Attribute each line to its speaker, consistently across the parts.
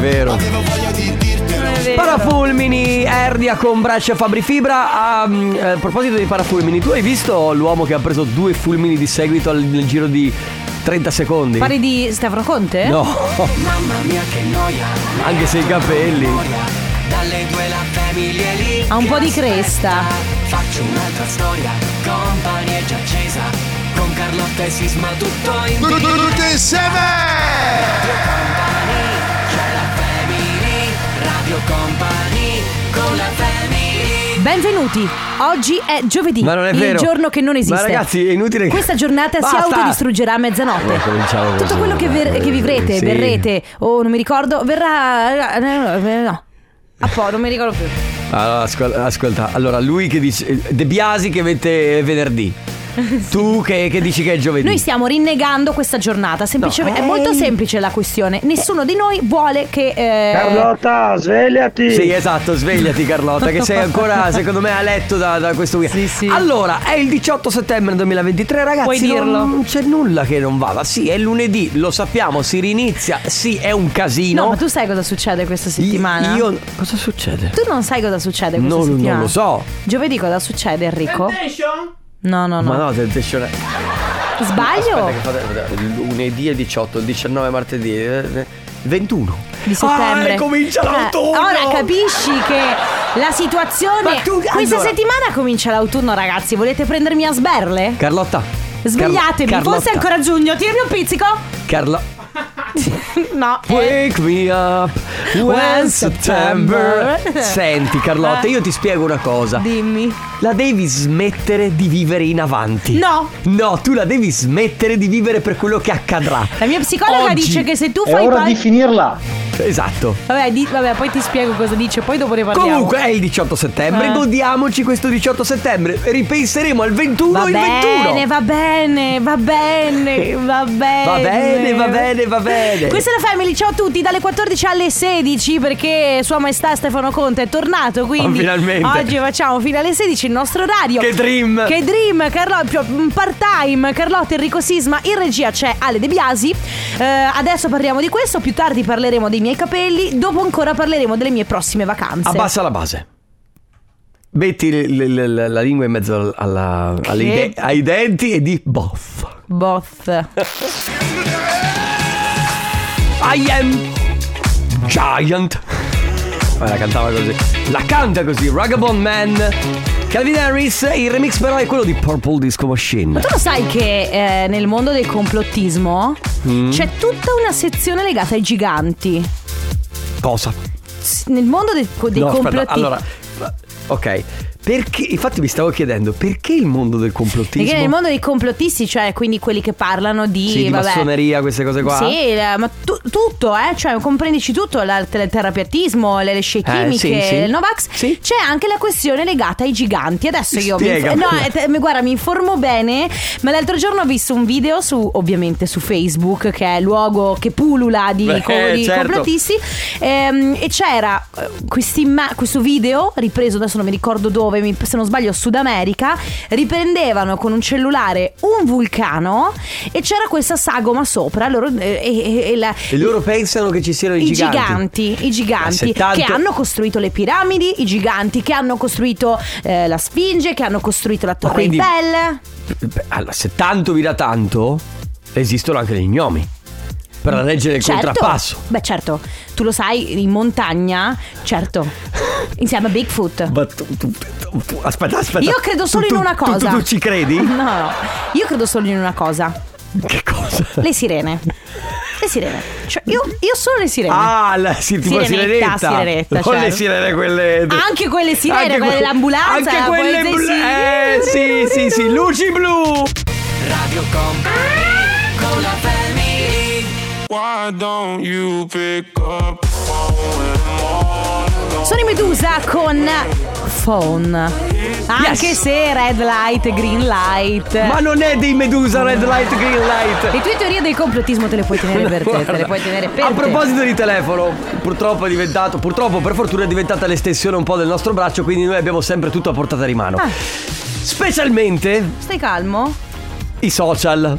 Speaker 1: vero.
Speaker 2: Parafulmini, Ernia con Brescia Fabri Fibra. A, mm, a proposito dei parafulmini, tu hai visto l'uomo che ha preso due fulmini di seguito al- nel giro di 30 secondi?
Speaker 3: Pari di Stefano Conte?
Speaker 2: No. Mamma mia che noia. Anche se i capelli.
Speaker 3: Ha un po' di cresta.
Speaker 1: Tutti insieme!
Speaker 3: Benvenuti. Oggi è giovedì.
Speaker 2: Ma non è
Speaker 3: il
Speaker 2: vero.
Speaker 3: giorno che non esiste.
Speaker 2: Ma ragazzi, è inutile che-
Speaker 3: Questa giornata
Speaker 2: Basta.
Speaker 3: si autodistruggerà a mezzanotte.
Speaker 2: Eh, cominciamo così.
Speaker 3: Tutto quello che, ver- che vivrete,
Speaker 2: Sì.
Speaker 3: verrete o non mi ricordo, verrà eh, no. A po', non mi ricordo più.
Speaker 2: Allora, ascol- ascolta, allora lui che dice eh, De Biasi che mette venerdì. Tu che, che dici che è giovedì.
Speaker 3: Noi stiamo rinnegando questa giornata, semplicemente
Speaker 2: No.
Speaker 3: è molto semplice la questione. Nessuno di noi vuole che eh,
Speaker 4: Carlotta, svegliati!
Speaker 2: Sì, esatto, svegliati Carlotta, che sei ancora, secondo me, a letto da, da questo weekend.
Speaker 3: Sì, sì.
Speaker 2: Allora, è il 18 settembre 2023, ragazzi.
Speaker 3: Puoi dirlo.
Speaker 2: Non c'è nulla che non vada. Sì, è lunedì, lo sappiamo, si rinizia. Sì, è un casino.
Speaker 3: No, ma tu sai cosa succede questa settimana?
Speaker 2: Io. Cosa succede?
Speaker 3: Tu non sai cosa succede questa
Speaker 2: Non- non
Speaker 3: settimana?
Speaker 2: lo so.
Speaker 3: Giovedì cosa succede, Enrico? No, no, no.
Speaker 2: Ma no, temptation.
Speaker 3: Sbaglio?
Speaker 2: Aspetta, che fate- fate- lunedì è 18, 19 martedì, eh, 21.
Speaker 3: di settembre.
Speaker 2: Ah, e comincia l'autunno.
Speaker 3: Eh, Ora capisci che la situazione.
Speaker 2: Ma tu-
Speaker 3: Questa
Speaker 2: allora-
Speaker 3: settimana comincia l'autunno, ragazzi. Volete prendermi a sberle?
Speaker 2: Carlotta.
Speaker 3: Svegliatevi,
Speaker 2: Carlo-
Speaker 3: forse è
Speaker 2: Carlotta.
Speaker 3: ancora giugno. Tirami un pizzico.
Speaker 2: Carlo-
Speaker 3: No. eh.
Speaker 2: Wake me up when September. Senti Carlotta,
Speaker 3: Eh.
Speaker 2: io ti spiego una cosa.
Speaker 3: Dimmi.
Speaker 2: La devi smettere di vivere in avanti.
Speaker 3: No.
Speaker 2: No, tu la devi smettere di vivere per quello che accadrà.
Speaker 3: La mia psicologa
Speaker 2: Oggi-
Speaker 3: dice che se tu fai pa-
Speaker 4: finirla!
Speaker 2: Esatto.
Speaker 3: vabbè, di- vabbè, poi ti spiego cosa dice, poi dopo ne parliamo.
Speaker 2: Comunque è il 18 settembre,
Speaker 3: Eh.
Speaker 2: godiamoci questo 18 settembre. Ripenseremo al 21
Speaker 3: Va
Speaker 2: il 21.
Speaker 3: bene, va bene, va bene, va bene.
Speaker 2: Va bene, va bene, va bene.
Speaker 3: Questa è la Family, ciao a tutti, dalle 14 alle 16 perché Sua Maestà Stefano Conte è tornato, quindi
Speaker 2: Oh, finalmente.
Speaker 3: oggi facciamo fino alle 16 il nostro radio.
Speaker 2: Che dream.
Speaker 3: Che dream, Carlo, part time, Carlotta Enrico Sisma, in regia c'è Ale De Biasi. Eh, adesso parliamo di questo, più tardi parleremo dei miei capelli, dopo ancora parleremo delle mie prossime vacanze.
Speaker 2: Abbassa la base. Metti l- l- l- la lingua in mezzo al- alla- alle
Speaker 3: Che-
Speaker 2: ide- ai denti e di boff.
Speaker 3: Both.
Speaker 2: I am Giant. Ma la cantava così. La canta così, Ragabond Man. Calvin Harris, il remix però è quello di Purple Disco Machine.
Speaker 3: Tu lo sai che eh, nel mondo del complottismo
Speaker 2: Mm.
Speaker 3: c'è tutta una sezione legata ai giganti.
Speaker 2: Cosa?
Speaker 3: S- Nel mondo del- co- dei
Speaker 2: no,
Speaker 3: complotti.
Speaker 2: aspetta, allora. Ok. Perché, infatti mi stavo chiedendo, perché il mondo del complottismo?
Speaker 3: Perché nel mondo dei complottisti, cioè quindi quelli che parlano di.
Speaker 2: Sì, di
Speaker 3: vabbè,
Speaker 2: massoneria, queste cose qua.
Speaker 3: Sì, la- ma tu- tutto, eh, cioè comprendici tutto, la- il terapiatismo, le scie
Speaker 2: Eh,
Speaker 3: chimiche,
Speaker 2: sì, sì.
Speaker 3: il Novax,
Speaker 2: Sì.
Speaker 3: c'è anche la questione legata ai giganti. Adesso io mi, inf-
Speaker 2: Spiegamela.
Speaker 3: no, eh, te- mi- guarda, mi informo bene, ma l'altro giorno ho visto un video su ovviamente su Facebook, che è il luogo che pulula di,
Speaker 2: Beh,
Speaker 3: co- di
Speaker 2: certo.
Speaker 3: complottisti ehm, e c'era eh, questi imma- questo video ripreso adesso non mi ricordo dove, mi- se non sbaglio Sud America, riprendevano con un cellulare un vulcano e c'era questa sagoma sopra loro, eh, e, e- e la-
Speaker 2: E loro pensano che ci siano i,
Speaker 3: i giganti, i
Speaker 2: Eh, se
Speaker 3: giganti
Speaker 2: tanto-
Speaker 3: che hanno costruito le piramidi, i giganti che hanno costruito eh, la Sfinge, che hanno costruito la Torre
Speaker 2: quindi-
Speaker 3: Eiffel.
Speaker 2: Beh, Allora, se tanto vi dà tanto, esistono anche gli gnomi. Per reggere il
Speaker 3: Certo.
Speaker 2: contrappasso.
Speaker 3: Beh, certo, tu lo sai, in montagna, certo, insieme a Bigfoot.
Speaker 2: Ma tu, tu- tu- tu- aspetta, aspetta.
Speaker 3: Io credo solo
Speaker 2: Tu-
Speaker 3: in
Speaker 2: tu-
Speaker 3: una
Speaker 2: tu-
Speaker 3: cosa.
Speaker 2: Tu, tu ci credi?
Speaker 3: No, no, io credo solo in una cosa:
Speaker 2: Che cosa?
Speaker 3: le sirene. Le sirene. Cioè, io, io solo le sirene.
Speaker 2: Ah, la, sì, tipo la
Speaker 3: Sirenetta,
Speaker 2: sirenetta.
Speaker 3: sirenetta,
Speaker 2: Non
Speaker 3: certo.
Speaker 2: le sirene quelle.
Speaker 3: Anche quelle sirene,
Speaker 2: anche
Speaker 3: quelle
Speaker 2: que-
Speaker 3: dell'ambulanza.
Speaker 2: Anche quelle
Speaker 3: quelle
Speaker 2: blu. Eh,
Speaker 3: dei-
Speaker 2: sì, sì, sì, luci blu.
Speaker 5: Why don't you pick up?
Speaker 3: Sono in Medusa con Phone. Anche
Speaker 2: Yes.
Speaker 3: se red light, green light.
Speaker 2: Ma non è dei Medusa Red Light Green Light.
Speaker 3: Le tue teorie del complottismo te le puoi tenere per te. Te le
Speaker 2: Guarda,
Speaker 3: puoi tenere per
Speaker 2: A
Speaker 3: te.
Speaker 2: proposito di telefono, purtroppo è diventato, purtroppo per fortuna è diventata l'estensione un po' del nostro braccio, quindi noi abbiamo sempre tutto a portata di mano.
Speaker 3: Ah.
Speaker 2: Specialmente
Speaker 3: Stai calmo?
Speaker 2: i social.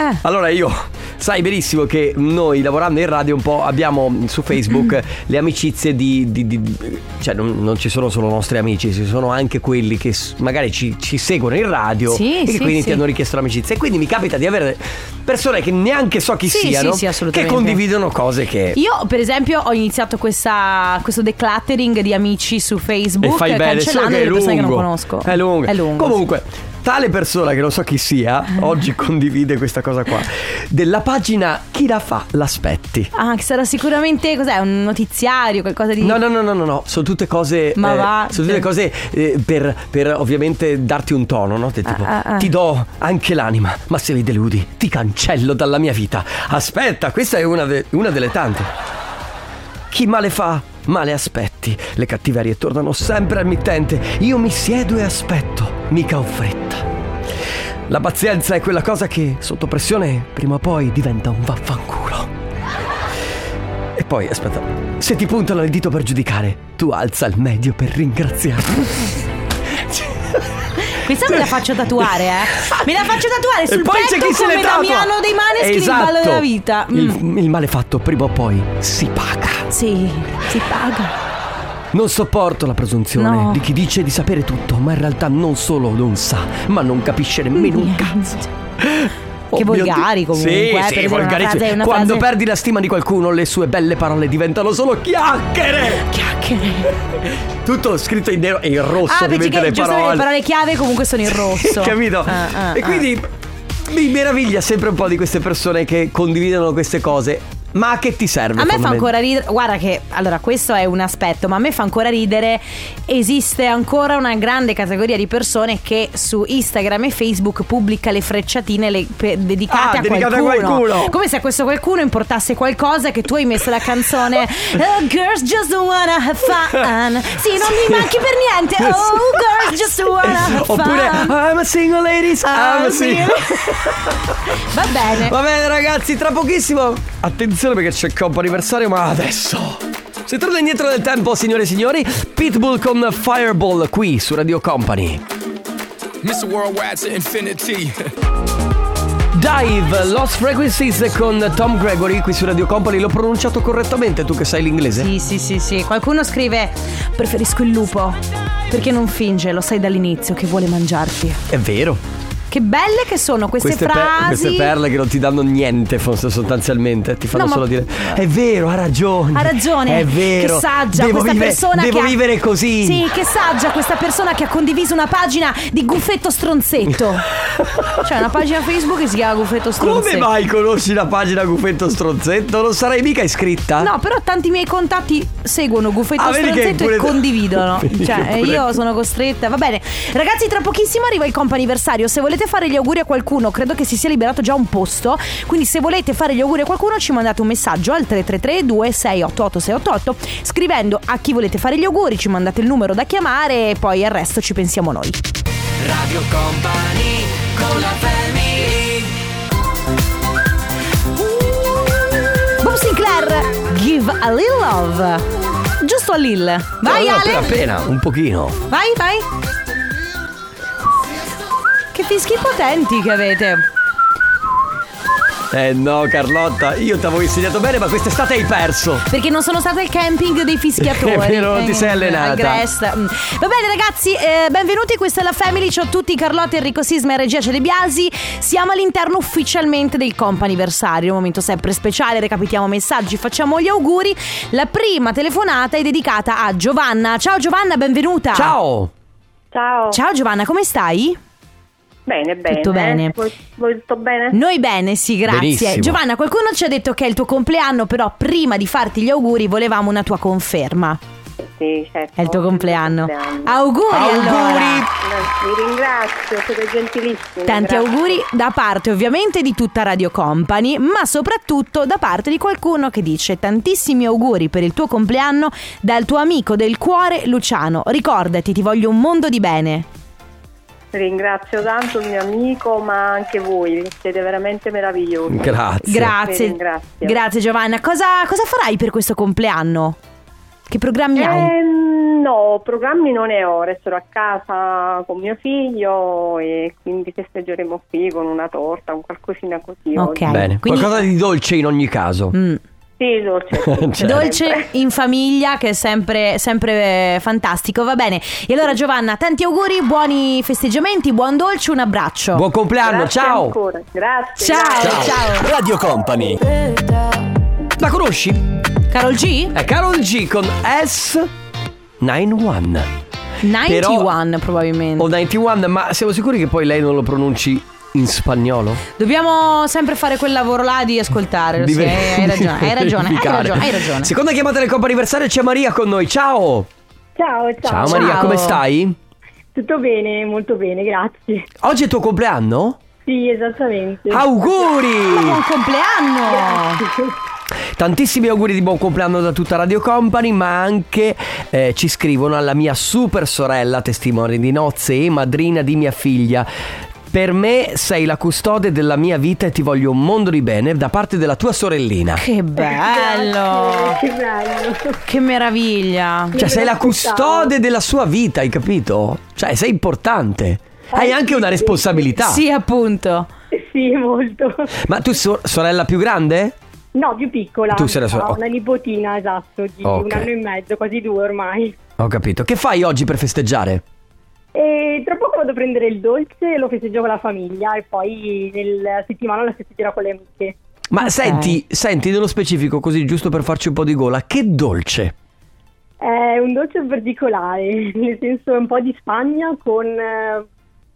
Speaker 3: Eh.
Speaker 2: Allora io sai benissimo che noi lavorando in radio un po' abbiamo su Facebook
Speaker 3: Mm-hmm.
Speaker 2: le amicizie di... di- di- cioè non, non ci sono solo nostri amici, ci sono anche quelli che s- magari ci, ci seguono in radio
Speaker 3: Sì,
Speaker 2: e che
Speaker 3: sì,
Speaker 2: quindi
Speaker 3: sì.
Speaker 2: ti hanno richiesto l'amicizia. E quindi mi capita di avere persone che neanche so chi
Speaker 3: Sì,
Speaker 2: siano,
Speaker 3: sì, sì,
Speaker 2: che
Speaker 3: assolutamente.
Speaker 2: condividono cose che...
Speaker 3: Io, per esempio, ho iniziato questa, questo decluttering di amici su Facebook
Speaker 2: E fai bene, solo
Speaker 3: cancellando
Speaker 2: che è
Speaker 3: le persone che non
Speaker 2: lungo.
Speaker 3: conosco.
Speaker 2: È lungo.
Speaker 3: È lungo.
Speaker 2: Comunque, tale persona che non so chi sia, oggi condivide questa cosa qua. Della pagina Chi la fa l'aspetti.
Speaker 3: Ah, che sarà sicuramente cos'è? Un notiziario, qualcosa di.
Speaker 2: No, no, no, no, no, no, sono tutte cose. eh,
Speaker 3: Ma va,
Speaker 2: sono tutte
Speaker 3: cioè-
Speaker 2: cose eh, per, per ovviamente darti un tono, no? Del tipo,
Speaker 3: ah, ah.
Speaker 2: ti do anche l'anima, ma se mi deludi, ti cancello dalla mia vita. Aspetta, questa è una, de- una delle tante. Chi male fa, male aspetti. Le cattiverie tornano sempre al mittente. Io mi siedo e aspetto, mica ho fretta. La pazienza è quella cosa che, sotto pressione, prima o poi diventa un vaffanculo. E poi, aspetta, se ti puntano il dito per giudicare, tu alza il medio per ringraziare.
Speaker 3: Questa me la faccio tatuare, eh. Me la faccio tatuare sul
Speaker 2: e poi
Speaker 3: petto
Speaker 2: c'è chi se
Speaker 3: come
Speaker 2: ne tratta.
Speaker 3: Damiano dei Maneskin
Speaker 2: esatto.
Speaker 3: il ballo della vita. Mm.
Speaker 2: Il, il male fatto prima o poi si paga.
Speaker 3: Sì, si paga.
Speaker 2: Non sopporto la presunzione
Speaker 3: No.
Speaker 2: di chi dice di sapere tutto, ma in realtà non solo non sa, ma non capisce nemmeno un cazzo. Oh,
Speaker 3: Che
Speaker 2: mio Dio.
Speaker 3: volgari comunque,
Speaker 2: Sì,
Speaker 3: eh, per
Speaker 2: sì,
Speaker 3: esempio, una
Speaker 2: volgarissimi.
Speaker 3: frase- una
Speaker 2: Quando
Speaker 3: frase-
Speaker 2: perdi la stima di qualcuno, le sue belle parole diventano solo chiacchiere.
Speaker 3: Chiacchiere.
Speaker 2: Tutto scritto in nero e in rosso,
Speaker 3: Ah, perché
Speaker 2: ovviamente,
Speaker 3: che
Speaker 2: le
Speaker 3: giustamente
Speaker 2: parole.
Speaker 3: le parole chiave comunque sono in rosso.
Speaker 2: Capito?
Speaker 3: Ah, ah,
Speaker 2: e
Speaker 3: ah.
Speaker 2: quindi mi meraviglia sempre un po' di queste persone che condividono queste cose. Ma a che ti serve?
Speaker 3: A me fa
Speaker 2: fondamentalmente?
Speaker 3: ancora ridere, guarda che, allora questo è un aspetto, ma a me fa ancora ridere, esiste ancora una grande categoria di persone che su Instagram e Facebook pubblica le frecciatine le- pe- dedicate
Speaker 2: Ah,
Speaker 3: a,
Speaker 2: dedicate a
Speaker 3: qualcuno.
Speaker 2: qualcuno.
Speaker 3: Come se a questo qualcuno importasse qualcosa che tu hai messo la canzone Oh girls just wanna have fun, sì non mi manchi per niente, oh girls just wanna have fun.
Speaker 2: Oppure "Ah, I'm a single ladies, I'm
Speaker 3: Ah,
Speaker 2: a single.
Speaker 3: Va bene.
Speaker 2: Va bene ragazzi, tra pochissimo. Attenzione perché c'è compo anniversario, ma adesso. Se torna indietro nel tempo, signore e signori, Pitbull con Fireball qui su Radio Company.
Speaker 1: Mr. Worldwide to infinity.
Speaker 2: Dive, Lost Frequencies con Tom Gregory qui su Radio Company. L'ho pronunciato correttamente, tu che sai l'inglese?
Speaker 3: Sì, sì, sì, sì. Qualcuno scrive: Preferisco il lupo. Perché non finge, lo sai dall'inizio che vuole mangiarti.
Speaker 2: È vero.
Speaker 3: Che belle che sono queste,
Speaker 2: Queste, per-
Speaker 3: frasi.
Speaker 2: queste perle che non ti danno niente fons- sostanzialmente, ti fanno
Speaker 3: No, ma-
Speaker 2: solo dire è vero, ha ragione.
Speaker 3: ha ragione,
Speaker 2: È vero.
Speaker 3: che saggia
Speaker 2: devo
Speaker 3: questa
Speaker 2: vive-
Speaker 3: persona
Speaker 2: Devo
Speaker 3: che ha-
Speaker 2: vivere così.
Speaker 3: Sì, che saggia questa persona che ha condiviso una pagina di Guffetto Stronzetto. cioè, una pagina Facebook che si chiama Guffetto
Speaker 2: Come
Speaker 3: Stronzetto.
Speaker 2: mai conosci la pagina Gufetto Stronzetto? Non sarai mica iscritta?
Speaker 3: No, però tanti miei contatti seguono Guffetto
Speaker 2: Ah, vedi che
Speaker 3: Stronzetto
Speaker 2: pure-
Speaker 3: e condividono.
Speaker 2: Vedi che
Speaker 3: Cioè,
Speaker 2: pure-
Speaker 3: io sono costretta. Va bene. Ragazzi, tra pochissimo arriva il comp'anniversario. Se volete fare gli auguri a qualcuno, credo che si sia liberato già un posto. Quindi, se volete fare gli auguri a qualcuno, ci mandate un messaggio al 333-2688-688 scrivendo a chi volete fare gli auguri, ci mandate il numero da chiamare e poi al resto ci pensiamo noi.
Speaker 2: Radio Company con la
Speaker 3: Bob Sinclair, give a little love. Giusto a Lil. Vai, Ale.
Speaker 2: Appena, appena, un pochino.
Speaker 3: Vai, vai. Che fischi potenti che avete.
Speaker 2: Eh no, Carlotta, io ti avevo insegnato bene, ma quest'estate hai perso.
Speaker 3: Perché non sono stata al camping dei fischiatori.
Speaker 2: È vero, non ti sei
Speaker 3: Eh,
Speaker 2: allenata.
Speaker 3: al Grest. Mm. Va bene ragazzi, eh, benvenuti, questa è la Family, ciao a tutti, Carlotta, Enrico Sisma e Regia Celebiasi. Siamo all'interno ufficialmente del comp'anniversario, un momento sempre speciale, recapitiamo messaggi, facciamo gli auguri. La prima telefonata è dedicata a Giovanna. Ciao Giovanna, benvenuta.
Speaker 2: Ciao!
Speaker 6: Ciao.
Speaker 3: Ciao Giovanna, come stai?
Speaker 6: Bene, bene.
Speaker 3: Tutto bene. Mm?
Speaker 6: Voi, voi tutto bene?
Speaker 3: Noi bene, sì, grazie.
Speaker 2: Benissimo.
Speaker 3: Giovanna, qualcuno ci ha detto che è il tuo compleanno, però prima di farti gli auguri volevamo una tua conferma.
Speaker 6: Sì, certo.
Speaker 3: È il tuo compleanno.
Speaker 6: compleanno.
Speaker 3: Auguri, allora.
Speaker 6: No, Vi ringrazio, siete gentilissimi.
Speaker 3: Tanti
Speaker 6: grazie.
Speaker 3: auguri da parte ovviamente di tutta Radio Company, ma soprattutto da parte di qualcuno che dice tantissimi auguri per il tuo compleanno dal tuo amico del cuore Luciano. Ricordati, ti voglio un mondo di bene.
Speaker 6: Ringrazio tanto il mio amico, ma anche voi. Siete veramente meravigliosi.
Speaker 2: Grazie.
Speaker 6: Sì,
Speaker 3: Grazie.
Speaker 6: ringrazio.
Speaker 3: Grazie Giovanna. Cosa, cosa farai per questo compleanno? Che programmi hai?
Speaker 6: Ehm, No, programmi non ne ho, resterò a casa con mio figlio e quindi festeggeremo qui con una torta, un qualcosina così.
Speaker 3: Ok.
Speaker 6: oggi.
Speaker 2: Bene,
Speaker 3: eh, quindi-
Speaker 2: qualcosa di dolce in ogni caso.
Speaker 3: Mm.
Speaker 6: Sì, dolce.
Speaker 2: Cioè-
Speaker 3: Dolce in famiglia che è sempre, sempre eh, fantastico, va bene. E allora Giovanna, tanti auguri, buoni festeggiamenti, buon dolce, un abbraccio.
Speaker 2: Buon compleanno,
Speaker 6: Grazie
Speaker 2: ciao!
Speaker 6: ancora, grazie.
Speaker 3: Ciao,
Speaker 6: grazie.
Speaker 3: ciao.
Speaker 2: Radio Company. La conosci?
Speaker 3: Carol G?
Speaker 2: È Carol G con S91.
Speaker 3: 91
Speaker 2: Però-
Speaker 3: probabilmente.
Speaker 2: O 91, ma siamo sicuri che poi lei non lo pronunci in spagnolo?
Speaker 3: Dobbiamo sempre fare quel lavoro là di ascoltare. sì,
Speaker 2: Di ver-
Speaker 3: hai, hai ragione, hai
Speaker 2: di
Speaker 3: ragione, hai
Speaker 2: verificare.
Speaker 3: ragione, hai ragione.
Speaker 2: Seconda chiamata del compo anniversario c'è Maria con noi. Ciao!
Speaker 6: Ciao, ciao.
Speaker 2: Ciao Maria,
Speaker 3: Ciao.
Speaker 2: come stai?
Speaker 6: Tutto bene, molto bene, grazie.
Speaker 2: Oggi è il tuo compleanno?
Speaker 6: Sì, esattamente.
Speaker 3: Buon
Speaker 2: Auguri!
Speaker 3: compleanno!
Speaker 2: Tantissimi auguri di buon compleanno da tutta Radio Company, ma anche eh, ci scrivono alla mia super sorella, testimone di nozze e madrina di mia figlia. Per me sei la custode della mia vita e ti voglio un mondo di bene da parte della tua sorellina.
Speaker 3: Che bello!
Speaker 6: Che bello.
Speaker 3: Che meraviglia!
Speaker 2: Cioè, sei la custode della sua vita, hai capito? Cioè, sei
Speaker 6: Eh,
Speaker 2: importante. Hai anche una responsabilità.
Speaker 3: Sì, appunto.
Speaker 6: Sì, molto.
Speaker 2: Ma tu so- sorella più grande?
Speaker 6: No, più piccola.
Speaker 2: Tu sei la sua-
Speaker 6: Ho
Speaker 2: ok.
Speaker 6: una nipotina, esatto, di
Speaker 2: Ok.
Speaker 6: un anno e mezzo, quasi due ormai.
Speaker 2: Ho capito. Che fai oggi per festeggiare?
Speaker 6: E tra poco vado a prendere il dolce, lo festeggio con la famiglia e poi nella settimana la festeggerò con le amiche.
Speaker 2: Ma
Speaker 3: Ok.
Speaker 2: senti, senti nello specifico, così giusto per farci un po' di gola, che dolce.
Speaker 6: È un dolce particolare, nel senso è un po' di Spagna con eh,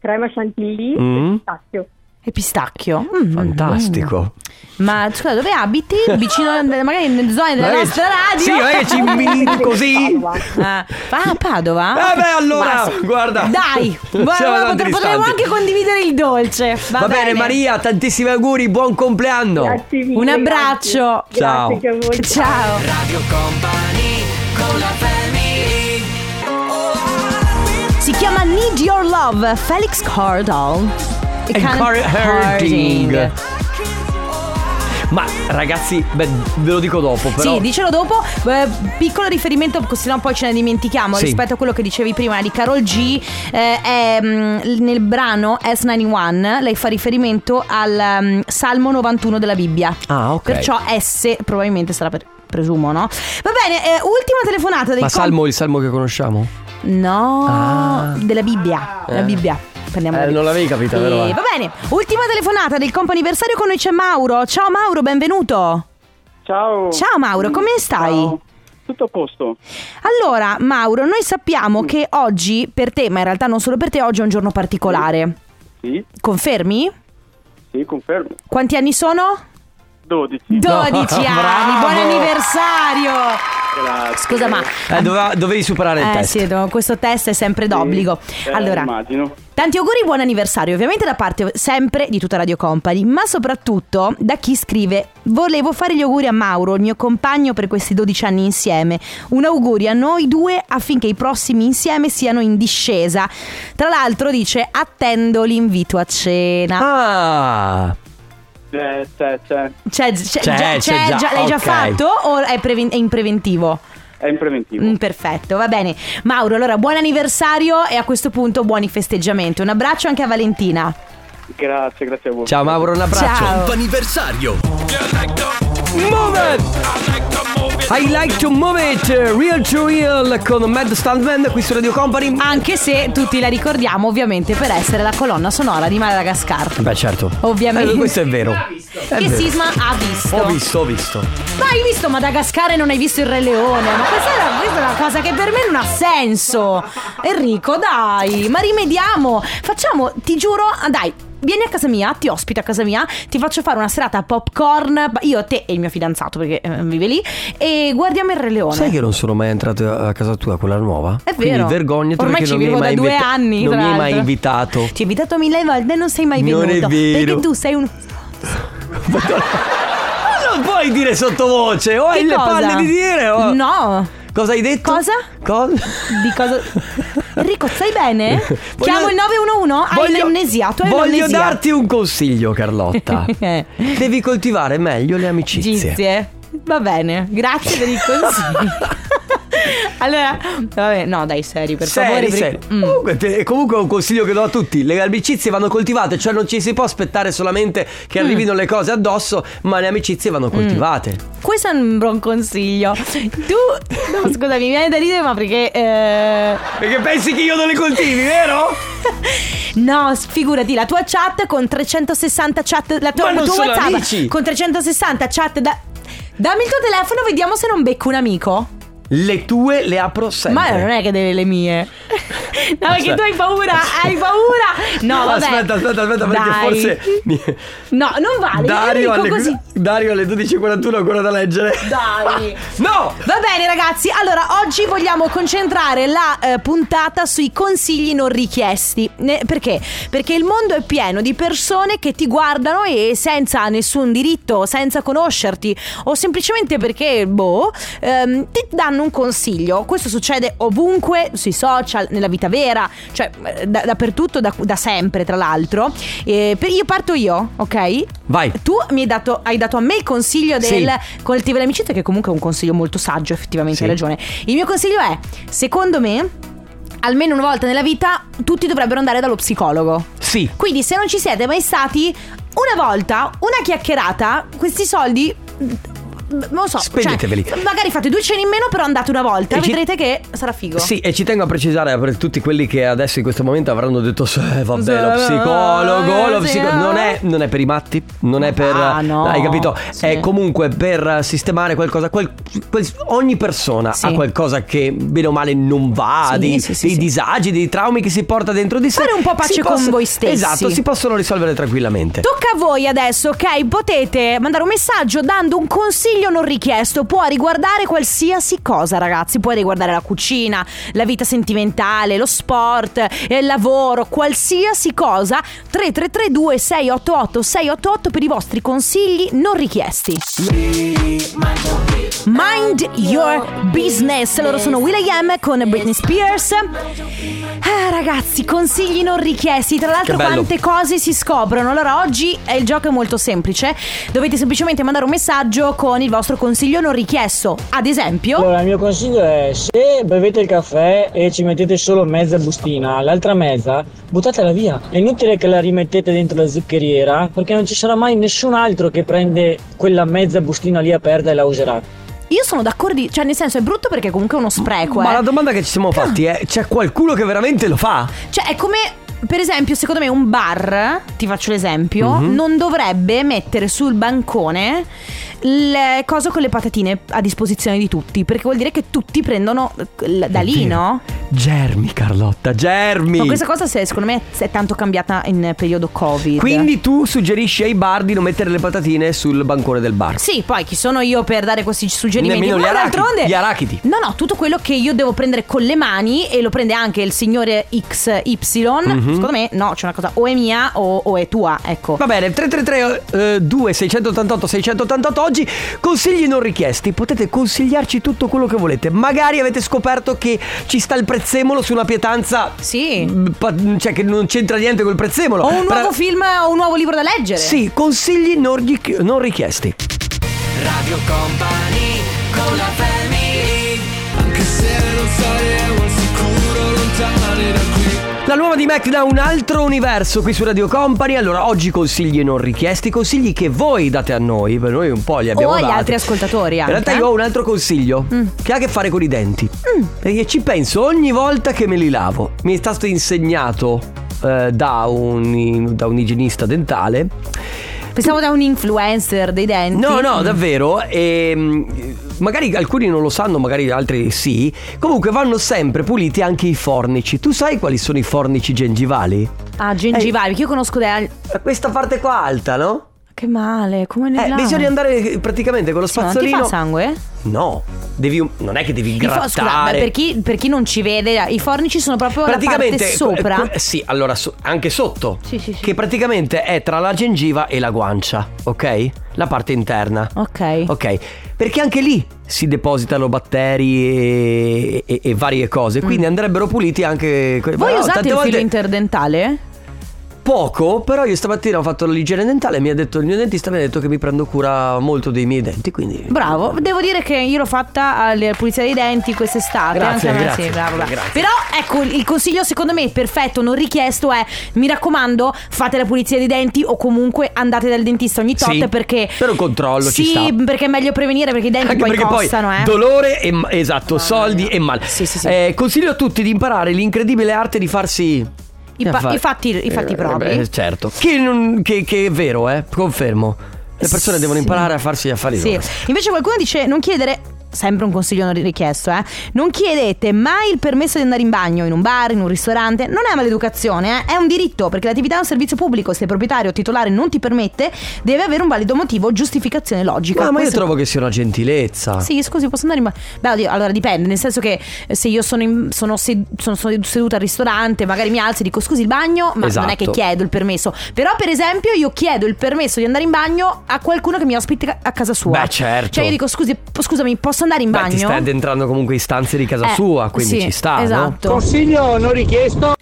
Speaker 6: crema chantilly
Speaker 2: Mm.
Speaker 6: e pistacchio.
Speaker 3: E pistacchio. Mm,
Speaker 2: Fantastico.
Speaker 3: mm. Ma scusa, dove abiti? Vicino, magari nelle zone della
Speaker 2: Ma che-
Speaker 3: nostra radio?
Speaker 2: Sì, non è che ci mini così.
Speaker 6: Padova.
Speaker 3: Ah, ah, Padova?
Speaker 2: Eh beh, allora,
Speaker 3: Ma sì.
Speaker 2: guarda.
Speaker 3: Dai,
Speaker 2: Siamo
Speaker 3: guarda,
Speaker 2: tanti
Speaker 3: potre- potremmo
Speaker 2: distanti.
Speaker 3: anche condividere il dolce. Va,
Speaker 2: Va bene, Maria, tantissimi auguri, buon compleanno.
Speaker 6: Grazie mille,
Speaker 3: Un abbraccio.
Speaker 6: grazie. Grazie anche a voi.
Speaker 3: Ciao. Si chiama Need Your Love, Felix Cardall.
Speaker 2: And
Speaker 3: E Karen
Speaker 2: Car- Harding.
Speaker 3: Harding.
Speaker 2: Ma ragazzi, beh, ve lo dico dopo, però.
Speaker 3: Sì, dicelo dopo. Eh, piccolo riferimento, così sennò poi ce ne dimentichiamo.
Speaker 2: Sì.
Speaker 3: Rispetto a quello che dicevi prima di Carol G, eh, è, mm, nel brano S91 lei fa riferimento al mm, Salmo 91 della Bibbia.
Speaker 2: Ah, ok.
Speaker 3: Perciò S probabilmente sarà per. Presumo, no? Va bene, eh, ultima telefonata del
Speaker 2: Ma Salmo, il Salmo che conosciamo?
Speaker 3: No,
Speaker 2: Ah.
Speaker 3: della Bibbia. La
Speaker 2: Eh.
Speaker 3: Bibbia. Prendiamo la
Speaker 2: Eh,
Speaker 3: Bibbia.
Speaker 2: non l'avevi capita,
Speaker 3: Sì,
Speaker 2: vero?
Speaker 3: Va bene, ultima telefonata del compo anniversario con noi c'è Mauro. Ciao Mauro, benvenuto.
Speaker 7: Ciao.
Speaker 3: Ciao Mauro, come stai?
Speaker 7: Ciao. Tutto a posto. Mm.
Speaker 3: Allora, Mauro, noi sappiamo che oggi per te, ma in realtà non solo per te, oggi è un giorno particolare.
Speaker 7: Sì,
Speaker 3: Confermi?
Speaker 7: sì, confermo.
Speaker 3: Quanti anni sono?
Speaker 7: 12.
Speaker 3: 12 anni, buon
Speaker 2: bravo.
Speaker 3: anniversario!
Speaker 7: Grazie.
Speaker 3: Scusa, ma.
Speaker 2: Eh, doveva- dovevi superare il
Speaker 3: Eh
Speaker 2: test.
Speaker 3: sì, do- questo test è sempre d'obbligo.
Speaker 7: Sì, eh,
Speaker 3: allora,
Speaker 7: immagino.
Speaker 3: tanti auguri, buon anniversario, ovviamente da parte sempre di tutta Radio Company, ma soprattutto da chi scrive: Volevo fare gli auguri a Mauro, il mio compagno, per questi 12 anni insieme. Un augurio a noi due affinché i prossimi insieme siano in discesa. Tra l'altro, dice: Attendo l'invito a cena.
Speaker 2: Ah,
Speaker 7: C'è, c'è, c'è.
Speaker 3: Cioè, c'è-
Speaker 2: C'è,
Speaker 3: già-
Speaker 2: c'è
Speaker 3: c'è
Speaker 2: già,
Speaker 3: già- l'hai già
Speaker 2: ok.
Speaker 3: fatto o è, preven- è in preventivo?
Speaker 7: È in preventivo.
Speaker 3: Mm, perfetto, va bene. Mauro, allora buon anniversario e a questo punto buoni festeggiamenti. Un abbraccio anche a Valentina.
Speaker 7: Grazie, grazie a voi.
Speaker 2: ciao Mauro, un abbraccio.
Speaker 3: Ciao.
Speaker 1: Anniversario.
Speaker 2: Move it! I like to move it, uh, real to real con Mad Stuntman qui su Radio Company.
Speaker 3: Anche se tutti la ricordiamo ovviamente per essere la colonna sonora di Madagascar.
Speaker 2: Beh, certo.
Speaker 3: Ovviamente.
Speaker 2: Eh, questo è vero. È
Speaker 3: che
Speaker 2: vero.
Speaker 3: sisma ha visto?
Speaker 2: Ho visto, ho visto.
Speaker 3: Ma hai visto Madagascar e non hai visto il Re Leone? Ma questa è, una, questa è una cosa che per me non ha senso. Enrico, dai, ma rimediamo. Facciamo, ti giuro, ah, dai. Vieni a casa mia, ti ospito a casa mia, ti faccio fare una serata a popcorn, io, te e il mio fidanzato perché eh, vive lì, e guardiamo il Re Leone.
Speaker 2: Sai che non sono mai entrato a casa tua, quella nuova?
Speaker 3: È
Speaker 2: Quindi
Speaker 3: vero.
Speaker 2: vergognati
Speaker 3: Ormai
Speaker 2: perché
Speaker 3: ci
Speaker 2: non mi hai
Speaker 3: vivo
Speaker 2: mai
Speaker 3: da due
Speaker 2: invita-
Speaker 3: anni,
Speaker 2: Non
Speaker 3: tra
Speaker 2: mi hai mai
Speaker 3: l'altro.
Speaker 2: invitato.
Speaker 3: Ti ho invitato mille volte e non sei mai
Speaker 2: Non
Speaker 3: venuto.
Speaker 2: è vero.
Speaker 3: Perché tu sei un.
Speaker 2: Ma non puoi dire sottovoce, o hai
Speaker 3: Che
Speaker 2: le
Speaker 3: cosa?
Speaker 2: palle di dire oh. o...
Speaker 3: No.
Speaker 2: Cosa hai detto?
Speaker 3: Cosa?
Speaker 2: Cosa?
Speaker 3: Di cosa. Enrico, stai bene?
Speaker 2: Voglio-
Speaker 3: Chiamo il 911? Hai
Speaker 2: voglio-
Speaker 3: l'amnesia. Tu hai
Speaker 2: Voglio
Speaker 3: l'amnesia.
Speaker 2: darti un consiglio, Carlotta.
Speaker 3: Eh.
Speaker 2: Devi coltivare meglio le amicizie.
Speaker 3: Gizie. Va bene, grazie per il consiglio. Allora, vabbè, no, dai, seri, per
Speaker 2: Seri,
Speaker 3: favore.
Speaker 2: seri.
Speaker 3: perché- Mm.
Speaker 2: Comunque, te- comunque è un consiglio che do a tutti: le amicizie vanno coltivate, cioè non ci si può aspettare solamente che
Speaker 3: Mm.
Speaker 2: arrivino le cose addosso, ma le amicizie vanno coltivate.
Speaker 3: Questo sembra un consiglio. Tu, no, scusami, mi viene da ridere, ma perché. eh,
Speaker 2: Perché pensi che io non le coltivi, vero?
Speaker 3: No, s- figurati, la tua chat con 360 chat. La tua,
Speaker 2: Ma non
Speaker 3: il tuo
Speaker 2: sono
Speaker 3: WhatsApp
Speaker 2: amici!
Speaker 3: con 360 chat. Da... Dammi il tuo telefono, vediamo se non becco un amico.
Speaker 2: Le tue le apro sempre.
Speaker 3: Ma non è che delle le mie. No, perché
Speaker 2: Aspetta.
Speaker 3: tu hai paura, hai paura. No, vabbè.
Speaker 2: Aspetta, aspetta, aspetta, perché
Speaker 3: Dai.
Speaker 2: forse. mi-
Speaker 3: No, non vale.
Speaker 2: Dario,
Speaker 3: io lo
Speaker 2: alle...
Speaker 3: dico così.
Speaker 2: Dario alle 12.41 ancora da leggere.
Speaker 3: Dai.
Speaker 2: No!
Speaker 3: Va bene ragazzi, allora oggi vogliamo concentrare la eh, puntata sui consigli non richiesti. Ne- perché? Perché il mondo è pieno di persone che ti guardano e senza nessun diritto, senza conoscerti o semplicemente perché, boh, ehm, ti danno un consiglio. Questo succede ovunque, sui social, nella vita vera, cioè eh, da- dappertutto, da, da sempre tra l'altro. Eh, per- io parto io, ok?
Speaker 2: Vai.
Speaker 3: Tu mi hai dato, hai dato a me il consiglio del
Speaker 2: Sì.
Speaker 3: coltivare l'amicizia, che comunque è un consiglio molto saggio, effettivamente
Speaker 2: Sì.
Speaker 3: hai ragione. Il mio consiglio è, secondo me, almeno una volta nella vita tutti dovrebbero andare dallo psicologo.
Speaker 2: Sì.
Speaker 3: Quindi se non ci siete mai stati, una volta, una chiacchierata, questi soldi... mm, Non so, cioè,
Speaker 2: Spendeteveli.
Speaker 3: magari fate due cene in meno, però andate una volta,
Speaker 2: E ci-
Speaker 3: vedrete che sarà figo.
Speaker 2: Sì, e ci tengo a precisare per tutti quelli che adesso in questo momento avranno detto "Sì, vabbè,
Speaker 3: Sì,
Speaker 2: lo psicologo, lo
Speaker 3: sì,
Speaker 2: psico-"
Speaker 3: eh.
Speaker 2: non, è, non è per i matti, non è per...
Speaker 3: Ah, no.
Speaker 2: Hai capito?
Speaker 3: Sì.
Speaker 2: È comunque per sistemare qualcosa, quel- quel- ogni persona
Speaker 3: Sì.
Speaker 2: ha qualcosa che bene o male non va,
Speaker 3: Sì,
Speaker 2: dei,
Speaker 3: sì, sì,
Speaker 2: dei
Speaker 3: sì.
Speaker 2: disagi, dei traumi che si porta dentro di sé.
Speaker 3: Fare un po' pace
Speaker 2: Si
Speaker 3: con
Speaker 2: possa-
Speaker 3: voi stessi.
Speaker 2: Esatto, si possono risolvere tranquillamente.
Speaker 3: Tocca a voi adesso, ok? Potete mandare un messaggio dando un consiglio non richiesto. Può riguardare qualsiasi cosa, ragazzi. Può riguardare la cucina, la vita sentimentale, lo sport, eh, il lavoro, qualsiasi cosa. 3332 688 688 per i vostri consigli non richiesti. Mind Your Business. Loro sono Will.i.am con Britney Spears. Ah, ragazzi, consigli non richiesti. Tra l'altro,
Speaker 2: Che bello.
Speaker 3: quante cose si scoprono. Allora, oggi eh, il gioco è molto semplice. Dovete semplicemente mandare un messaggio con il vostro consiglio non richiesto. Ad esempio,
Speaker 8: Allora, il mio consiglio è se bevete il caffè e ci mettete solo mezza bustina, l'altra mezza buttatela via. È inutile che la rimettete dentro la zuccheriera perché non ci sarà mai nessun altro che prende quella mezza bustina lì aperta e la userà.
Speaker 3: io sono d'accordo. Cioè, nel senso, è brutto perché comunque è uno spreco.
Speaker 2: Ma
Speaker 3: eh.
Speaker 2: la domanda che ci siamo fatti è, c'è qualcuno che veramente lo fa?
Speaker 3: Cioè, è come. Per esempio, secondo me un bar, ti faccio l'esempio,
Speaker 2: Mhm.
Speaker 3: non dovrebbe mettere sul bancone il coso con le patatine a disposizione di tutti, perché vuol dire che tutti prendono eh, l- da lì,
Speaker 2: Oddio.
Speaker 3: no?
Speaker 2: Germi Carlotta, germi!
Speaker 3: Ma questa cosa se- secondo me è tanto cambiata in periodo Covid.
Speaker 2: Quindi tu suggerisci ai bar di non mettere le patatine sul bancone del bar.
Speaker 3: Sì, poi chi sono io per dare questi suggerimenti?
Speaker 2: Nemmeno gli
Speaker 3: Ma
Speaker 2: arachidi,
Speaker 3: d'altronde-
Speaker 2: gli arachidi.
Speaker 3: No, no, tutto quello che io devo prendere con le mani e lo prende anche il signore XY.
Speaker 2: Mhm.
Speaker 3: Secondo me, no, c'è una cosa o è mia o, o è tua, ecco.
Speaker 2: Va bene, 333 2688 688 oggi consigli non richiesti, potete consigliarci tutto quello che volete. Magari avete scoperto che ci sta il prezzemolo su una pietanza
Speaker 3: Sì.
Speaker 2: mm, pa- cioè che non c'entra niente col prezzemolo.
Speaker 3: O un
Speaker 2: Pra-
Speaker 3: nuovo film o un nuovo libro da leggere.
Speaker 2: Sì, consigli non, richi- non richiesti. La nuova di Mac da un altro universo qui su Radio Company. Allora, oggi consigli non richiesti, consigli che voi date a noi, per noi un po' li abbiamo
Speaker 3: O agli
Speaker 2: dati.
Speaker 3: altri ascoltatori
Speaker 2: In
Speaker 3: anche,
Speaker 2: realtà
Speaker 3: eh. Mm.
Speaker 2: io ho un altro consiglio che ha a che fare con i denti. Perché ci penso ogni volta che me li lavo. Mi è stato insegnato eh, da, un, da un igienista dentale.
Speaker 3: Pensavo da un influencer dei denti. Mm.
Speaker 2: No, no, davvero. ehm, magari alcuni non lo sanno, magari altri sì. Comunque vanno sempre puliti anche i fornici. Tu sai quali sono i fornici gengivali?
Speaker 3: Ah, gengivali, perché io conosco dei.
Speaker 2: Da Questa parte qua alta, no?
Speaker 3: Che male, come ne
Speaker 2: Eh,
Speaker 3: lavo?
Speaker 2: bisogna andare praticamente con lo
Speaker 3: Sì, ma non ti
Speaker 2: spazzolino.
Speaker 3: fa sangue?
Speaker 2: No, devi, non è che devi
Speaker 3: I fo-
Speaker 2: grattare.
Speaker 3: scusa, beh, per, chi, per chi non ci vede, i fornici sono proprio la parte sopra.
Speaker 2: que- que- sì, allora so- anche sotto.
Speaker 3: Sì, sì, sì.
Speaker 2: Che praticamente è tra la gengiva e la guancia, ok? La parte interna.
Speaker 3: ok.
Speaker 2: Ok, perché anche lì si depositano batteri e, e- e varie cose, quindi andrebbero puliti anche... que-
Speaker 3: Mm. Voi
Speaker 2: però
Speaker 3: usate
Speaker 2: Eh, tante
Speaker 3: il filo
Speaker 2: volte-
Speaker 3: interdentale?
Speaker 2: poco, però io stamattina ho fatto l'igiene dentale e mi ha detto il mio dentista mi ha detto che mi prendo cura molto dei miei denti, quindi
Speaker 3: Bravo, devo dire che io l'ho fatta alla pulizia dei denti quest'estate.
Speaker 2: Grazie,
Speaker 3: anche a me,
Speaker 2: grazie,
Speaker 3: sì, bravo, bravo.
Speaker 2: grazie.
Speaker 3: Però ecco, il consiglio secondo me perfetto, non richiesto è mi raccomando, fate la pulizia dei denti o comunque andate dal dentista ogni tot
Speaker 2: Sì,
Speaker 3: perché
Speaker 2: per un controllo ci
Speaker 3: Sì,
Speaker 2: sta.
Speaker 3: perché è meglio prevenire perché i denti
Speaker 2: Anche
Speaker 3: poi
Speaker 2: perché
Speaker 3: costano,
Speaker 2: poi
Speaker 3: eh.
Speaker 2: dolore e ma- esatto, soldi e male.
Speaker 3: Sì, sì, sì.
Speaker 2: Eh, consiglio a tutti di imparare l'incredibile arte di farsi
Speaker 3: I pa- i fatti- i fatti propri.
Speaker 2: beh, certo. Che, non- che- che è vero, eh, confermo. Le persone devono
Speaker 3: Sì.
Speaker 2: imparare a farsi gli affari
Speaker 3: Sì.
Speaker 2: loro.
Speaker 3: Invece qualcuno dice non chiedere Sempre un consiglio non richiesto, eh. Non chiedete mai il permesso di andare in bagno, in un bar, in un ristorante. Non è maleducazione, eh. è un diritto, perché l'attività è un servizio pubblico. Se il proprietario o titolare non ti permette, deve avere un valido motivo o giustificazione logica.
Speaker 2: Ah, Ma, ma io
Speaker 3: Questo-
Speaker 2: trovo che sia una gentilezza.
Speaker 3: Sì, scusi, posso andare in bagno? Beh, oddio, allora dipende, nel senso che eh, se io sono, in- sono sed- sono- sono seduta al ristorante, magari mi alzo e dico scusi il bagno, ma non è che
Speaker 2: Esatto.
Speaker 3: chiedo il permesso. Però, per esempio, io chiedo il permesso di andare in bagno a qualcuno che mi ospita a casa sua.
Speaker 2: Beh, certo.
Speaker 3: Cioè, io dico "Scusi, po- scusami, posso andare in
Speaker 2: Beh,
Speaker 3: bagno?
Speaker 2: ti stai addentrando comunque in stanze di casa
Speaker 3: Eh,
Speaker 2: sua, quindi
Speaker 3: sì,
Speaker 2: ci sta, no?
Speaker 3: Esatto.
Speaker 8: Consiglio non richiesto,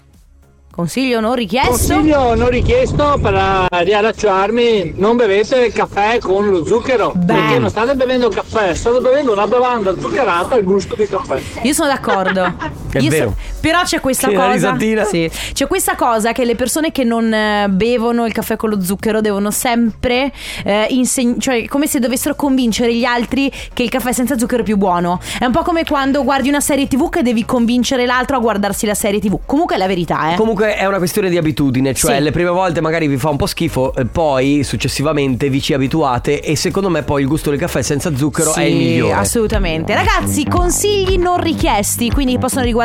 Speaker 3: Consiglio non richiesto.
Speaker 8: consiglio non richiesto per eh, riallacciarmi, non bevete il caffè con lo zucchero,
Speaker 3: Beh.
Speaker 8: perché non state bevendo caffè, state bevendo una bevanda zuccherata al gusto di caffè.
Speaker 3: Io sono d'accordo.
Speaker 2: È
Speaker 3: Io
Speaker 2: vero.
Speaker 3: però c'è questa
Speaker 2: Sì, la
Speaker 3: cosa.
Speaker 2: risatina.
Speaker 3: Sì. C'è questa cosa che le persone che non eh, bevono il caffè con lo zucchero devono sempre eh, inseg- cioè come se dovessero convincere gli altri che il caffè senza zucchero è più buono. È un po' come quando guardi una serie TV che devi convincere l'altro a guardarsi la serie TV. Comunque è la verità, eh.
Speaker 2: Comunque è una questione di abitudine, cioè
Speaker 3: Sì.
Speaker 2: le prime volte magari vi fa un po' schifo, e poi successivamente vi ci abituate e secondo me poi il gusto del caffè senza zucchero è il
Speaker 3: Sì,
Speaker 2: migliore.
Speaker 3: Assolutamente. Ragazzi, consigli non richiesti, quindi possono riguardare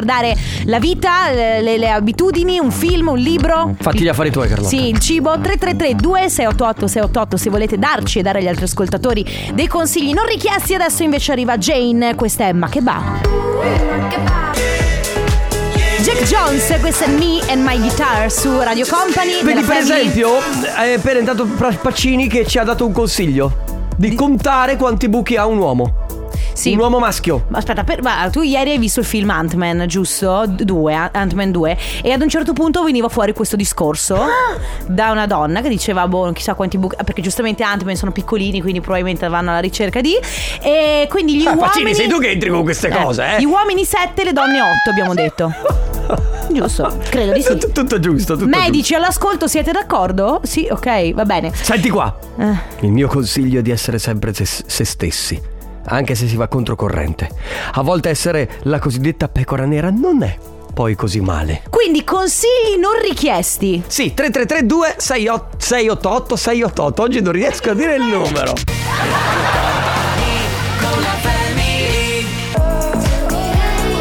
Speaker 3: la vita, le, le- le abitudini, un film, un libro.
Speaker 2: Fatti gli affari tuoi, Carlotta.
Speaker 3: Sì, il cibo 333 2688 688 se volete darci e dare agli altri ascoltatori dei consigli non richiesti. Adesso invece arriva Jane, questa è Ma che va. Jack Jones, questa è Me and My Guitar su Radio Company.
Speaker 2: Vedi
Speaker 3: nella
Speaker 2: per
Speaker 3: family.
Speaker 2: esempio eh, è per entrato Pra- Pacini che ci ha dato un consiglio di contare quanti buchi ha un uomo.
Speaker 3: Sì.
Speaker 2: Un uomo maschio.
Speaker 3: Ma Aspetta, per- ma tu ieri hai visto il film Ant-Man, giusto? 2, Ant-Man 2. E ad un certo punto veniva fuori questo discorso
Speaker 2: Ah!
Speaker 3: da una donna che diceva, boh, non chissà quanti buchi. Perché giustamente Ant-Man sono piccolini, quindi probabilmente vanno alla ricerca di. E quindi gli
Speaker 2: Ah,
Speaker 3: uomini.
Speaker 2: Pacini, sei tu che entri con queste cose, eh?
Speaker 3: Gli uomini 7, le donne 8, abbiamo detto. giusto? Credo di sì.
Speaker 2: Tutto, tutto giusto, tutto giusto.
Speaker 3: Medici all'ascolto, siete d'accordo? Sì, ok, va bene.
Speaker 2: Senti qua.
Speaker 3: Eh.
Speaker 2: Il mio consiglio è di essere sempre se, se stessi, anche se si va controcorrente. A volte essere la cosiddetta pecora nera non è poi così male.
Speaker 3: Quindi consigli non richiesti.
Speaker 2: Sì, 3332 688 688. Oggi non riesco a dire il numero.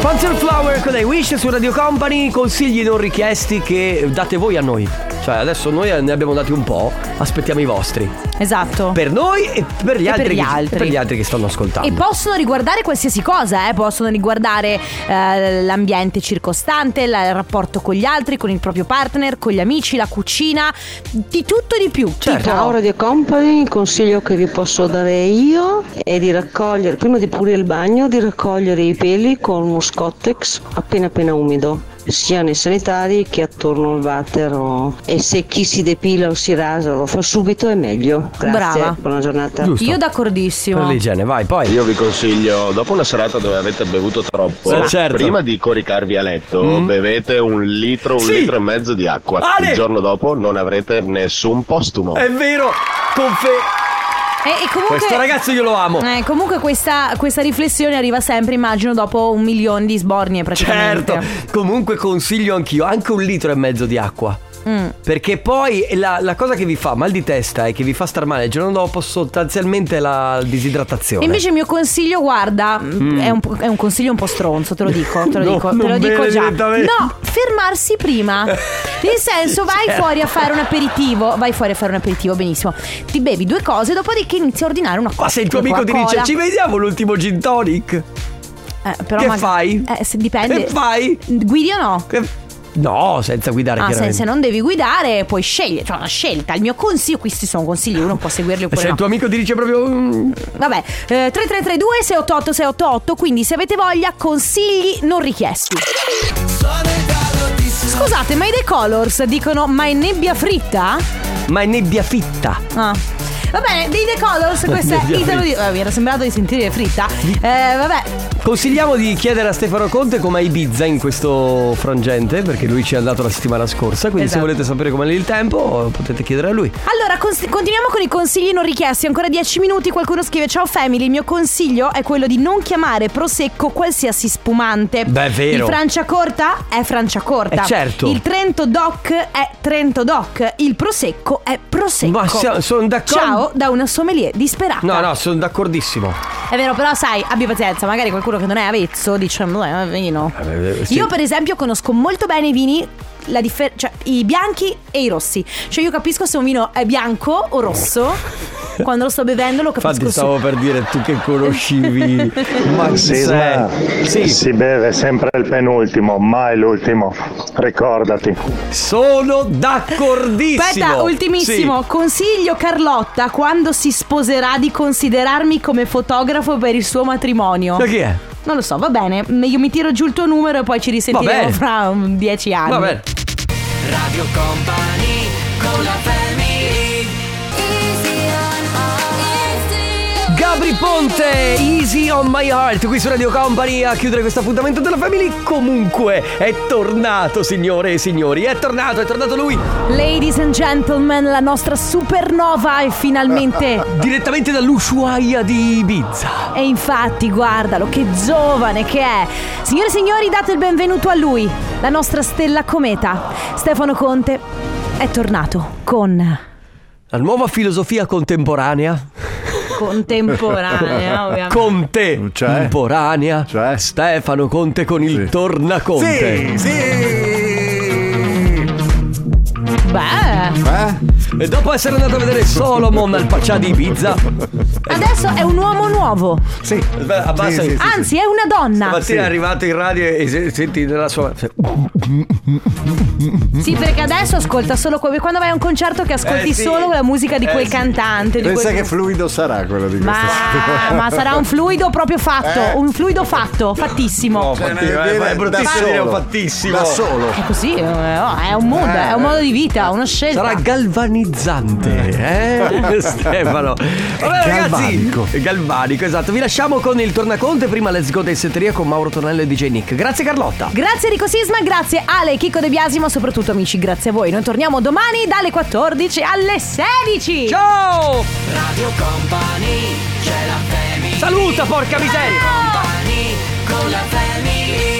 Speaker 2: Panzer Flower con I Wish su Radio Company, consigli non richiesti che date voi a noi. Cioè, adesso noi ne abbiamo dati un po', aspettiamo i vostri.
Speaker 3: Esatto.
Speaker 2: Per noi e per gli,
Speaker 3: E per
Speaker 2: altri,
Speaker 3: gli
Speaker 2: che, e
Speaker 3: altri.
Speaker 2: per gli altri che stanno ascoltando.
Speaker 3: E possono riguardare qualsiasi cosa, eh? possono riguardare eh, l'ambiente circostante, la- il rapporto con gli altri, con il proprio partner, con gli amici, la cucina, di tutto e di più.
Speaker 2: Certo.
Speaker 9: Ciao Radio Company, il consiglio che vi posso dare io è di raccogliere, prima di pulire il bagno, di raccogliere i peli con uno scottex appena appena umido, sia nei sanitari che attorno al water o- e se chi si depila o si rasa lo fa subito è meglio. Grazie,
Speaker 3: Brava.
Speaker 9: buona giornata.
Speaker 2: Giusto.
Speaker 3: Io
Speaker 2: Per
Speaker 3: d'accordissimo.
Speaker 2: l'igiene, vai, poi.
Speaker 10: Io vi consiglio, dopo una serata dove avete bevuto troppo,
Speaker 2: Sì, certo.
Speaker 10: Ah,
Speaker 2: Mm-hmm.
Speaker 10: prima di coricarvi a letto, bevete un litro, un
Speaker 2: Sì.
Speaker 10: litro e mezzo di acqua.
Speaker 2: Ale! Eh,
Speaker 10: Il giorno dopo non avrete nessun postumo.
Speaker 2: È vero, confe-
Speaker 3: E, e comunque...
Speaker 2: Questo ragazzo io lo amo.
Speaker 3: Eh, comunque questa, questa riflessione arriva sempre, immagino, dopo un milione di sbornie praticamente.
Speaker 2: Certo, comunque consiglio anch'io anche un litro e mezzo di acqua.
Speaker 3: Mm.
Speaker 2: Perché poi la, la cosa che vi fa mal di testa e che vi fa star male il giorno dopo sostanzialmente è la disidratazione.
Speaker 3: Invece il mio consiglio, guarda, è, un, è un consiglio un po' stronzo, te lo dico, te lo
Speaker 2: Mm. No,
Speaker 3: dico, te
Speaker 2: non
Speaker 3: lo dico
Speaker 2: bere
Speaker 3: già.
Speaker 2: direttamente.
Speaker 3: No, fermarsi prima. Nel senso, vai fuori a fare un aperitivo, vai fuori a fare un aperitivo, benissimo. Ti bevi due cose, dopodiché inizi a ordinare una cosa.
Speaker 2: Ma se il tuo amico ti dice ci vediamo l'ultimo gin tonic, che fai?
Speaker 3: Eh, se dipende.
Speaker 2: Che fai?
Speaker 3: Guidi o no?
Speaker 2: Che- No, senza guidare
Speaker 3: Ah, se,
Speaker 2: chiaramente.
Speaker 3: se non devi guidare, puoi scegliere. Cioè, una scelta. Il mio consiglio, questi sono consigli, uno può seguirli
Speaker 2: E
Speaker 3: oppure
Speaker 2: se
Speaker 3: no.
Speaker 2: il tuo amico ti dice proprio "Mm,
Speaker 3: Vabbè, eh, 3332 688 688, quindi se avete voglia, consigli non richiesti. Scusate, ma i The Colors dicono ma è nebbia fritta?
Speaker 2: Ma è nebbia fitta.
Speaker 3: Ah. Va bene, dei The Colors, questa è
Speaker 2: Nebbia
Speaker 3: Italo di... eh, mi era sembrato di sentire fritta. Eh, vabbè,
Speaker 2: Consigliamo di chiedere a Stefano Conte com'è Ibiza in questo frangente, perché lui ci è andato la settimana scorsa, quindi
Speaker 3: Esatto.
Speaker 2: se volete sapere com'è lì il tempo potete chiedere a lui.
Speaker 3: Allora, cons- continuiamo con i consigli non richiesti. Ancora 10 minuti. Qualcuno scrive: Ciao family, il mio consiglio è quello di non chiamare prosecco qualsiasi spumante.
Speaker 2: Beh, è vero.
Speaker 3: Il Francia Corta è Francia Corta.
Speaker 2: Eh, certo.
Speaker 3: Il Trento Doc è Trento Doc. Il prosecco è prosecco.
Speaker 2: Ma sia- sono d'accordo.
Speaker 3: Ciao da una sommelier disperata.
Speaker 2: No, no, sono d'accordissimo.
Speaker 3: È vero, però sai, abbi pazienza, magari qualcuno che non è avezzo dice "Ma dai, ma vino".
Speaker 2: Eh, eh, sì.
Speaker 3: Io per esempio conosco molto bene i vini la differ- cioè, i bianchi e i rossi. Cioè io capisco se un vino è bianco o rosso. Quando lo sto bevendo lo capisco
Speaker 2: Infatti stavo
Speaker 3: subito.
Speaker 2: per dire tu che conoscivi. Ma chi
Speaker 4: Sisma,
Speaker 2: sei? Sì,
Speaker 4: si beve sempre il penultimo, mai l'ultimo. Ricordati.
Speaker 2: sono d'accordissimo.
Speaker 3: Aspetta, ultimissimo,
Speaker 2: Sì.
Speaker 3: consiglio Carlotta quando si sposerà di considerarmi come fotografo per il suo matrimonio.
Speaker 2: Ma chi è?
Speaker 3: Non lo so, va bene, io mi tiro giù il tuo numero e poi ci risentiremo
Speaker 2: bene.
Speaker 3: fra um, dieci anni.
Speaker 2: Va bene. Gabri Ponte, Easy on My Heart, qui su Radio Company a chiudere questo appuntamento della Family. Comunque è tornato, signore e signori, è tornato, è tornato lui
Speaker 3: Ladies and gentlemen, la nostra supernova è finalmente.
Speaker 2: direttamente dall'Ushuaia di Ibiza.
Speaker 3: E infatti, guardalo, che giovane che è! Signore e signori, date il benvenuto a lui, la nostra stella cometa. Stefano Conte è tornato con.
Speaker 2: La nuova filosofia contemporanea,
Speaker 3: Contemporanea, ovviamente.
Speaker 2: Conte
Speaker 11: Cioè?
Speaker 2: contemporanea,
Speaker 11: Cioè?
Speaker 2: Stefano Conte con il
Speaker 11: Sì. Sì,
Speaker 2: tornaconte.
Speaker 11: sì.
Speaker 3: Beh,
Speaker 11: Eh?
Speaker 2: E dopo essere andato a vedere Solomon al Paccià di Ibiza,
Speaker 3: adesso è un uomo nuovo.
Speaker 11: Sì.
Speaker 2: abbassa-
Speaker 11: Sì, sì, sì, sì.
Speaker 3: Anzi, è una donna.
Speaker 2: Stamattina è arrivato in radio e se- senti nella sua. Oh,
Speaker 3: Sì, perché adesso ascolta solo que- quando vai a un concerto che ascolti
Speaker 2: Eh, sì.
Speaker 3: solo la musica di
Speaker 2: Eh,
Speaker 3: quel
Speaker 2: sì.
Speaker 3: cantante. Di
Speaker 11: Pensa
Speaker 3: quel...
Speaker 11: che fluido sarà quello di
Speaker 3: Ma,
Speaker 11: questa settimana.
Speaker 3: ma sarà un fluido proprio fatto,
Speaker 11: Eh.
Speaker 3: un fluido fatto, fattissimo.
Speaker 11: Cioè,
Speaker 2: Fatti- eh,
Speaker 11: viene
Speaker 2: ma è bruttissimo
Speaker 11: da
Speaker 2: dire
Speaker 11: solo.
Speaker 2: fattissimo.
Speaker 11: Da solo.
Speaker 3: È così, eh, oh, è un mood,
Speaker 11: Eh.
Speaker 3: è un modo di vita, una scelta.
Speaker 2: Sarà galvanizzante, eh? Stefano. Vabbè,
Speaker 11: Galvanico.
Speaker 2: ragazzi. Galvanico, esatto. Vi lasciamo con il tornaconte. Prima let's go del setteria con Mauro Tonello e DJ Nick. Grazie Carlotta.
Speaker 3: Grazie Rico Sisma, grazie Ale, Chicco De Biasimo, soprattutto amici, grazie a voi. Noi torniamo domani dalle 14 alle 16.
Speaker 2: Ciao! Saluta, porca miseria!
Speaker 3: Ciao!